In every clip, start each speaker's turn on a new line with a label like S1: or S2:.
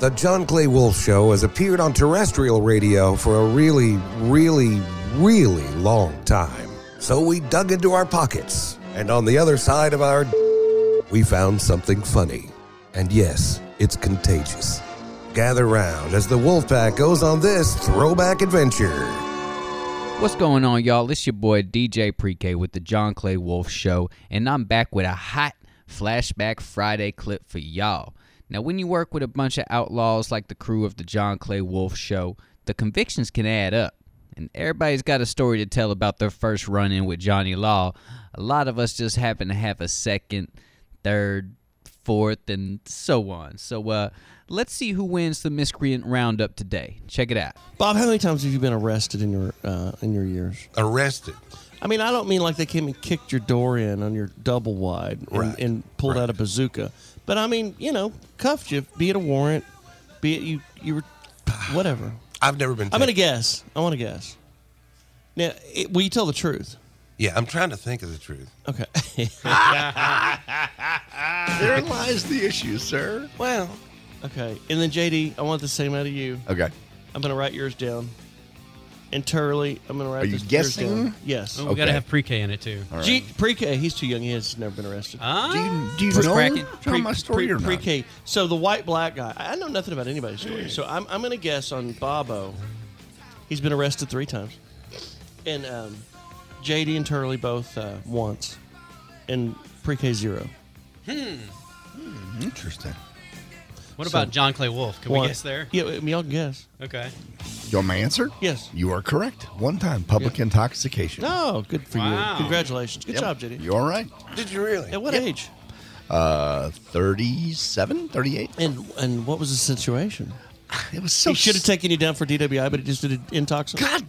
S1: The John Clay Wolf Show has appeared on terrestrial radio for a really, really, really long time. So we dug into our pockets, and on the other side of our we found something funny. And yes, it's contagious. Gather round as the Wolf Pack goes on this throwback adventure.
S2: What's going on, y'all? It's your boy DJ Pre-K with the John Clay Wolf Show, and I'm back with a hot Flashback Friday clip for y'all. Now, when you work with a bunch of outlaws like the crew of the John Clay Wolf Show, the convictions can add up, and everybody's got a story to tell about their first run-in with Johnny Law. A lot of us just happen to have a second, third, fourth, and so on. So, uh, let's see who wins the miscreant roundup today. Check it out.
S3: Bob, how many times have you been arrested in your uh, in your years?
S1: Arrested.
S3: I mean, I don't mean like they came and kicked your door in on your double wide and,
S1: Right.
S3: and pulled out a bazooka, but I mean, you know, cuffed you, be it a warrant, be it you you were whatever.
S4: I've never been.
S3: I'm gonna
S4: taken-
S3: guess. I want to guess. Now, it, will you tell the truth?
S4: Yeah, I'm trying to think of the truth.
S3: Okay.
S5: Therein lies the issue, sir.
S4: Well,
S3: okay. And then JD, I want the same out of you.
S5: Okay.
S3: I'm gonna write yours down. And Turley, I'm gonna write
S5: Are you
S3: this yours
S5: guessing?
S3: down. Yes.
S6: Oh, we gotta
S5: Okay.
S6: have pre-K in it too.
S5: All right.
S3: G- pre-K. He's too young. He has never been arrested.
S5: do
S6: Ah,
S5: you, do you
S2: Pre-
S5: know
S2: Kraken?
S5: tell my story or not?
S3: pre K. So the white black guy. I know nothing about anybody's story. So I'm, I'm going to guess on Bobo. He's been arrested three times, and um, JD and Turley both uh, once, and pre K zero.
S5: Interesting.
S6: what
S3: so-
S6: about John Clay Wolf? Can we
S3: One.
S6: guess there?
S3: Yeah, I mean, y'all can guess.
S6: Okay.
S5: You want my answer?
S3: Yes.
S5: You are correct. One time, public intoxication.
S3: No, good for
S6: Wow.
S3: you. Congratulations. Good
S5: Yep.
S3: job, JD.
S5: You all right?
S4: did you really?
S3: At what age?
S5: Uh, 37, 38.
S3: And and what was the situation?
S5: It was so.
S3: He should have taken you down for DWI, but he just did an intox.
S5: God,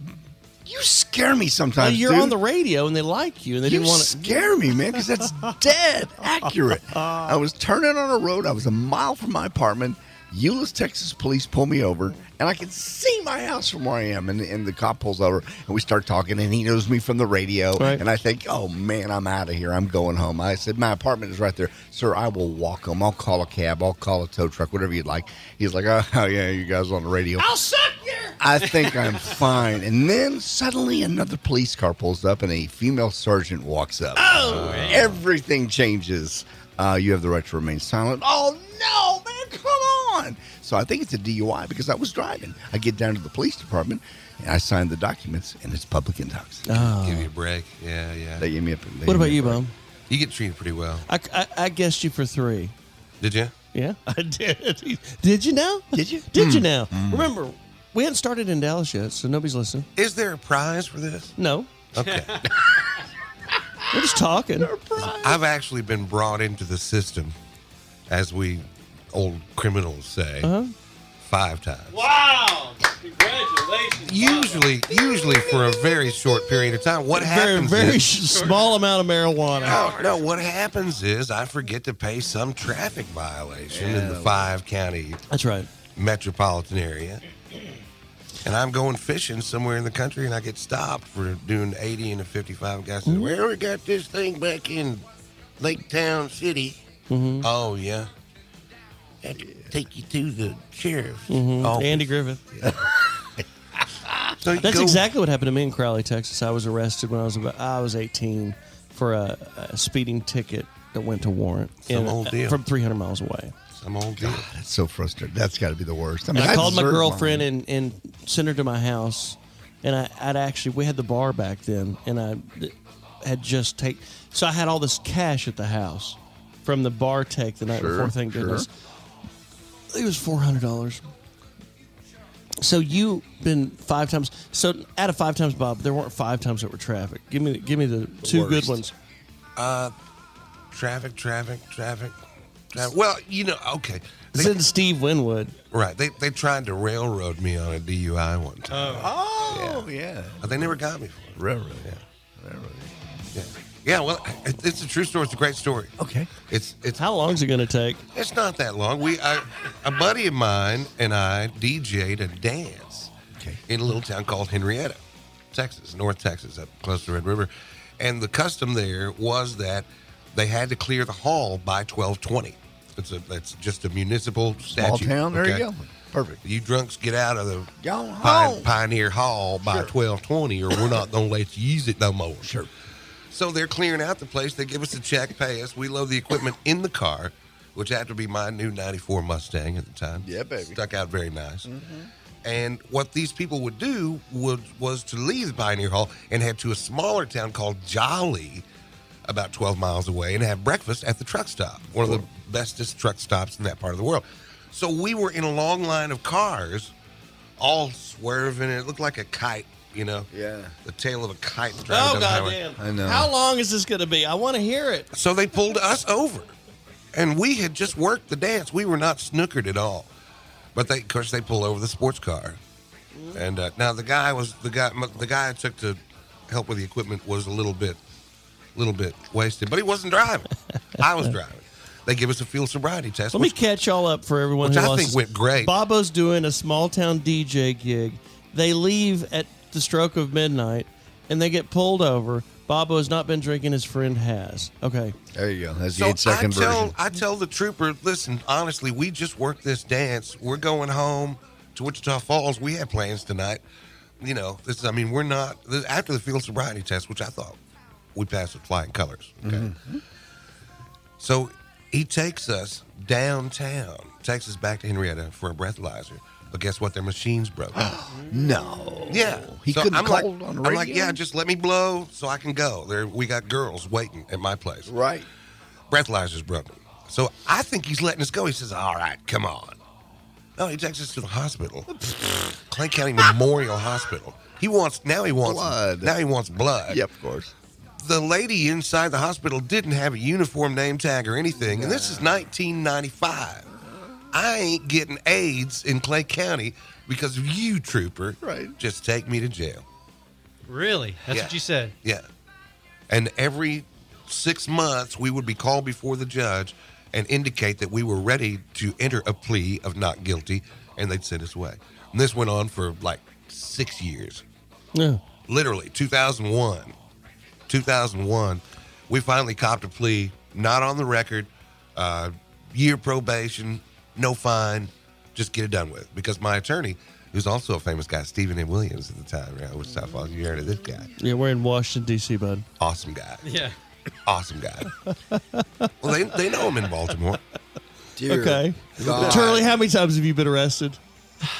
S5: you scare me
S3: Well,
S5: sometimes.
S3: you're
S5: dude.
S3: on the radio and they like you and they
S5: You
S3: didn't want to.
S5: scare me, man, because that's dead accurate. I was turning on a road. I was a mile from my apartment. Euless, Texas police pull me over, and I can see my house from where I am. And, and the cop pulls over, and we start talking, and he knows me from the radio.
S3: Right.
S5: And I think, oh man, I'm out of here. I'm going home. I said, my apartment is right there, sir. I will walk home. I'll call a cab. I'll call a tow truck, whatever you'd like. He's like, oh yeah, you guys on the radio. I think I'm fine. And then suddenly another police car pulls up and a female sergeant walks up. Oh, everything changes. Uh, you have the right to remain silent. Oh, no, man, come on. So I think it's a DUI because I was driving. I get down to the police department and I sign the documents, and it's public intox.
S4: Give you a break. Yeah, yeah.
S5: They gave me a.
S3: What
S5: they gave
S3: about
S5: me a
S3: you,
S5: break.
S3: Bob?
S4: You get treated pretty well.
S3: I, I, I guessed you for three.
S4: Did you?
S3: Yeah, I did. did you now?
S5: Did you?
S3: Did you now? Remember, we hadn't started in Dallas yet, so nobody's listening.
S4: Is there a prize for this?
S3: No,
S4: Okay.
S3: we're just talking.
S4: I've actually been brought into the system, as we old criminals say,
S3: Uh-huh.
S4: five times.
S6: Wow! Congratulations.
S4: Usually, usually for a very short period of time. What
S3: Very,
S4: happens?
S3: very
S4: is,
S3: sh- small amount of marijuana.
S4: no, no, what happens is I forget to pay some traffic violation in the
S5: Yeah.
S4: five county
S3: That's right.
S4: metropolitan area. And I'm going fishing somewhere in the country, and I get stopped for doing 80 and a 55. And guy says, "Well, we got this thing back in Lake Town City." Oh yeah, Had to take you to the sheriff. Oh,
S3: Andy Griffith.
S4: so you
S3: That's
S4: go-
S3: exactly what happened to me in Crowley, Texas. I was arrested when I was about I was 18 for a, a speeding ticket that went to warrant
S4: Some
S3: in-
S4: old deal.
S3: from 300 miles away.
S4: I'm old. dude.
S5: That's so frustrating. That's got to be the worst. I,
S3: And
S5: mean,
S3: I, called my
S5: deserve
S3: girlfriend
S5: mine.
S3: and, and sent her to my house. And I, I'd actually, we had the bar back then, and I th- had just take, so I had all this cash at the house from the bar take the night
S5: Sure,
S3: before, thank
S5: sure.
S3: goodness. I think It was $400. So you been five times, so out of five times, Bob, there weren't five times that were traffic. Give me, give me the two good
S5: Worst.
S3: ones.
S4: Traffic, traffic, traffic, traffic. Well, you know, okay. They-
S3: This is Steve Winwood.
S4: right. They, they tried to railroad me on a DUI one time,
S5: Oh yeah,
S4: but they never got me for it.
S5: railroad.
S4: Yeah.
S5: Railroad.
S4: Yeah, yeah well, it, it's a true story. It's a great story.
S5: Okay.
S4: It's, it's
S3: How long is it going to take?
S4: It's not that long. We, I, a buddy of mine and I DJ'd a dance
S5: Okay.
S4: in a little town called Henrietta, Texas, North Texas, up close to Red River. And the custom there was that they had to clear the hall by twelve twenty. It's a that's just a municipal
S5: Small
S4: statute.
S5: town. There
S4: okay?
S5: you go. Perfect.
S4: You drunks get out of the
S5: Go home.
S4: Pine, Pioneer Hall by
S5: Sure.
S4: twelve twenty, or we're not gonna let you use it no more.
S5: Sure.
S4: So they're clearing out the place. They give us a check, pay us. We load the equipment in the car, which happened to be my new '94 Mustang at the time.
S5: Yeah, baby. Mm-hmm.
S4: Stuck out very nice. And what these people would do would, was to leave the Pioneer Hall and head to a smaller town called Jolly, about 12 miles away, and have breakfast at the truck stop, one of the bestest truck stops in that part of the world. So we were in a long line of cars, all swerving. It looked like a kite, you know?
S5: Yeah.
S4: The tail of a kite. driving
S3: Oh
S4: down the highway.
S3: goddamn!
S5: I know.
S3: How long is this going to be? I want to hear it.
S4: So they pulled us over, and we had just worked the dance. We were not snookered at all, but they, of course, they pulled over the sports car. And uh, now the guy was the guy. The guy I took to help with the equipment was a little bit, little bit wasted, but he wasn't driving. I was driving. They give us a field sobriety test.
S3: Let me
S4: which-
S3: catch y'all up for everyone
S4: Which
S3: who
S4: I
S3: lost
S4: think
S3: his-
S4: went great.
S3: Bobo's doing a small town DJ gig. They leave at the stroke of midnight and they get pulled over. Bobo has not been drinking, his friend has. Okay.
S5: There you go. That's the
S4: so
S5: eight second
S4: I tell,
S5: version.
S4: I tell the trooper, listen, honestly, we just worked this dance. We're going home to Wichita Falls. We had plans tonight. You know, this is, I mean, we're not, this, after the field sobriety test, which I thought we passed with flying colors. Okay.
S5: Mm-hmm.
S4: So he takes us downtown, takes us back to Henrietta for a breathalyzer. But guess what? Their machine's broke.
S5: No.
S4: Yeah,
S5: He couldn't
S4: I'm
S5: call
S4: like,
S5: on the
S4: I'm like,
S5: radio?
S4: yeah, just let me blow so I can go. There, we got girls waiting at my place
S5: Right.
S4: breathalyzer's broken. So I think he's letting us go. He says, All right, come on. No, he takes us to the hospital. Clay County Memorial Hospital. He wants now he wants
S5: Blood.
S4: Now he wants blood.
S5: Yeah, of course.
S4: The lady inside the hospital didn't have a uniform name tag or anything, and this is 1995. I ain't getting AIDS in Clay County because of you, trooper.
S5: Right.
S4: Just take me to jail.
S6: Really? That's
S4: Yeah.
S6: what you said.
S4: Yeah. And every six months, we would be called before the judge and indicate that we were ready to enter a plea of not guilty, and they'd send us away. And this went on for like six years.
S3: Yeah.
S4: Literally, 2001. 2001, we finally copped a plea, not on the record, uh, year probation, no fine, just get it done with. Because my attorney, who's also a famous guy, Stephen A. Williams at the time, right? Which I thought you heard of this guy
S3: Yeah, we're in Washington, D.C., bud.
S4: awesome guy.
S6: Yeah.
S4: Awesome guy. well, they, they know him in Baltimore.
S5: Dear
S3: okay.
S5: God.
S3: Turley, how many times have you been arrested?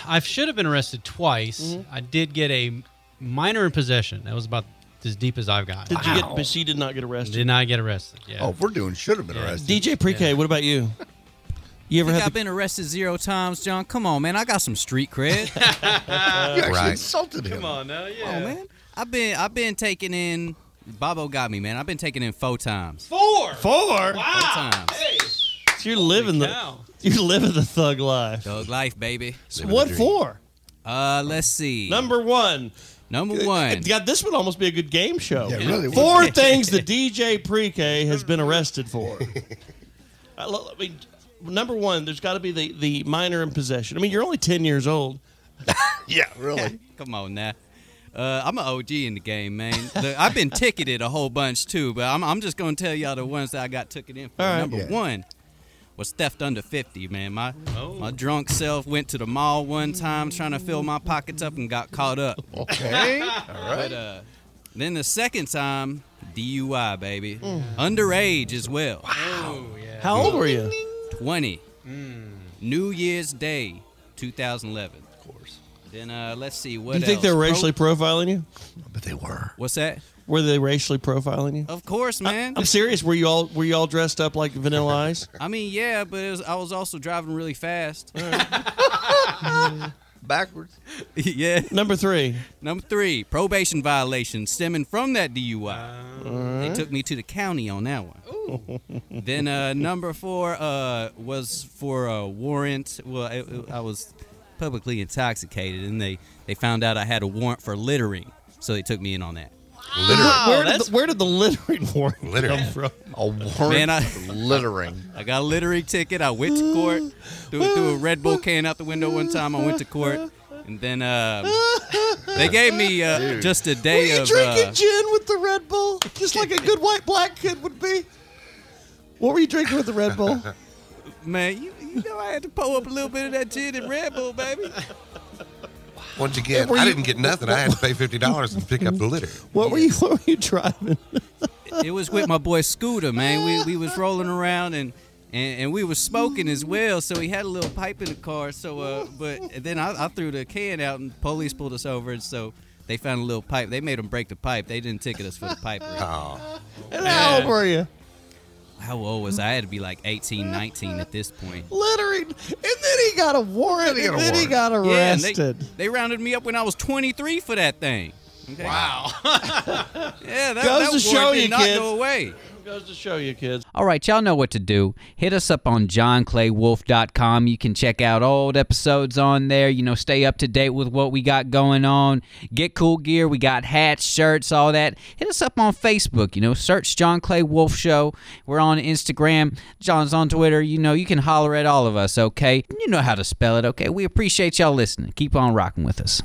S6: I should have been arrested twice.
S5: Mm-hmm.
S6: I did get a minor in possession. That was about as deep as I've got.
S3: Did you get, but she did not get arrested.
S6: Did not get arrested. Yeah.
S5: Oh, if we're doing should have been arrested.
S3: DJ Pre K, what about you? You ever
S2: Think
S3: had
S2: I've
S3: the,
S2: been arrested zero times, John. Come on, man. I got some street cred.
S5: you actually
S4: Right.
S5: insulted him.
S6: Come on now, yeah.
S2: Come on, man. I've been I've been taking in. Bobo got me, man. I've been taking in four times.
S6: Four.
S3: four?
S6: Wow.
S2: times.
S6: Hey.
S3: You're living the
S6: Cow.
S3: you're living the thug life.
S2: Thug life, baby.
S3: What for?
S2: Uh, let's see.
S3: Number one.
S2: Number one.
S3: God, this would almost be a good game show.
S5: Yeah, it really would.
S3: Four things the DJ Pre-K has been arrested for. I, lo- I mean, number one, there's got to be the, the minor in possession. I mean, you're only 10 years old.
S5: Yeah, really.
S2: Come on now. Uh, I'm an OG in the game, man. Look, I've been ticketed a whole bunch too, but I'm, I'm just gonna tell y'all the ones that I got ticketed in for.
S3: All right.
S2: Number
S5: Yeah.
S2: one was theft under 50, man. My
S6: Oh.
S2: my drunk self went to the mall one time trying to fill my pockets up and got caught up.
S5: Okay. All right.
S2: But uh, then the second time, DUI, baby, underage as well.
S6: Oh yeah.
S3: How old were you?
S2: 20. New Year's Day, 2011. Mm. Of course. Then uh, let's see what
S3: Do you
S2: else.
S3: think they're
S2: Pro-
S3: racially profiling you?
S5: But they were.
S2: What's that?
S3: Were they racially profiling you?
S2: Of course, man.
S3: Uh, I'm serious. Were you all were you all dressed up like Vanilla Ice?
S2: I mean, yeah, but it was, I was also driving really fast.
S5: Backwards.
S2: yeah.
S3: Number three.
S2: Number three, probation violation stemming from that DUI. They took me to the county on that one. then uh, number four uh, was for a warrant. Well, it, it- I was publicly intoxicated, and they, they found out I had a warrant for littering, so they took me in on that.
S4: Literally.
S3: where, did
S6: that's-
S3: the, where did the littering warrant
S4: Littering.
S3: come from?
S5: A warrant
S2: Man, I-
S5: for littering.
S2: I got a littering ticket. I went to court. Threw, threw a Red Bull can out the window one time. I went to court. And then um, they gave me uh, just a
S3: Were
S2: day
S3: you
S2: of.
S3: drinking
S2: uh,
S3: gin with the Red Bull, just like a good white black kid would be? What were you drinking with the Red Bull?
S2: uh, man, you, you know I had to pull up a little bit of that gin and Red Bull, baby.
S4: What'd you get? I didn't get nothing. I had to pay fifty dollars and pick up the litter.
S3: What were you? What were you driving?
S2: It was with my boy Scooter, man. We we was rolling around and. And, and we was smoking as well, so he had a little pipe in the car. So, uh, but and then I, I threw the can out, and police pulled us over. And so they found a little pipe. They made them break the pipe. They didn't ticket us for the pipe. Right?
S4: Oh,
S3: And how old were you?
S2: How old was I? I had to be like 18, 19 at this point.
S3: Littering, and then he got a warrant, and then he got
S2: Yeah, and
S3: arrested.
S2: they, they rounded me up when I was 23 for that thing. Okay? Wow. yeah, that,
S3: Goes
S2: that
S3: to show
S2: warrant
S3: you,
S2: did not
S3: kids.
S2: go away.
S3: Goes to show you, kids.
S2: All right, y'all know what to do. Hit us up on johnclaywolf.com. You can check out old episodes on there. You know, stay up to date with what we got going on. Get cool gear. We got hats, shirts, all that. Hit us up on Facebook. You know, search John Clay Wolf Show. We're on Instagram. John's on Twitter. You know, you can holler at all of us, okay? You know how to spell it, okay? We appreciate y'all listening. Keep on rocking with us.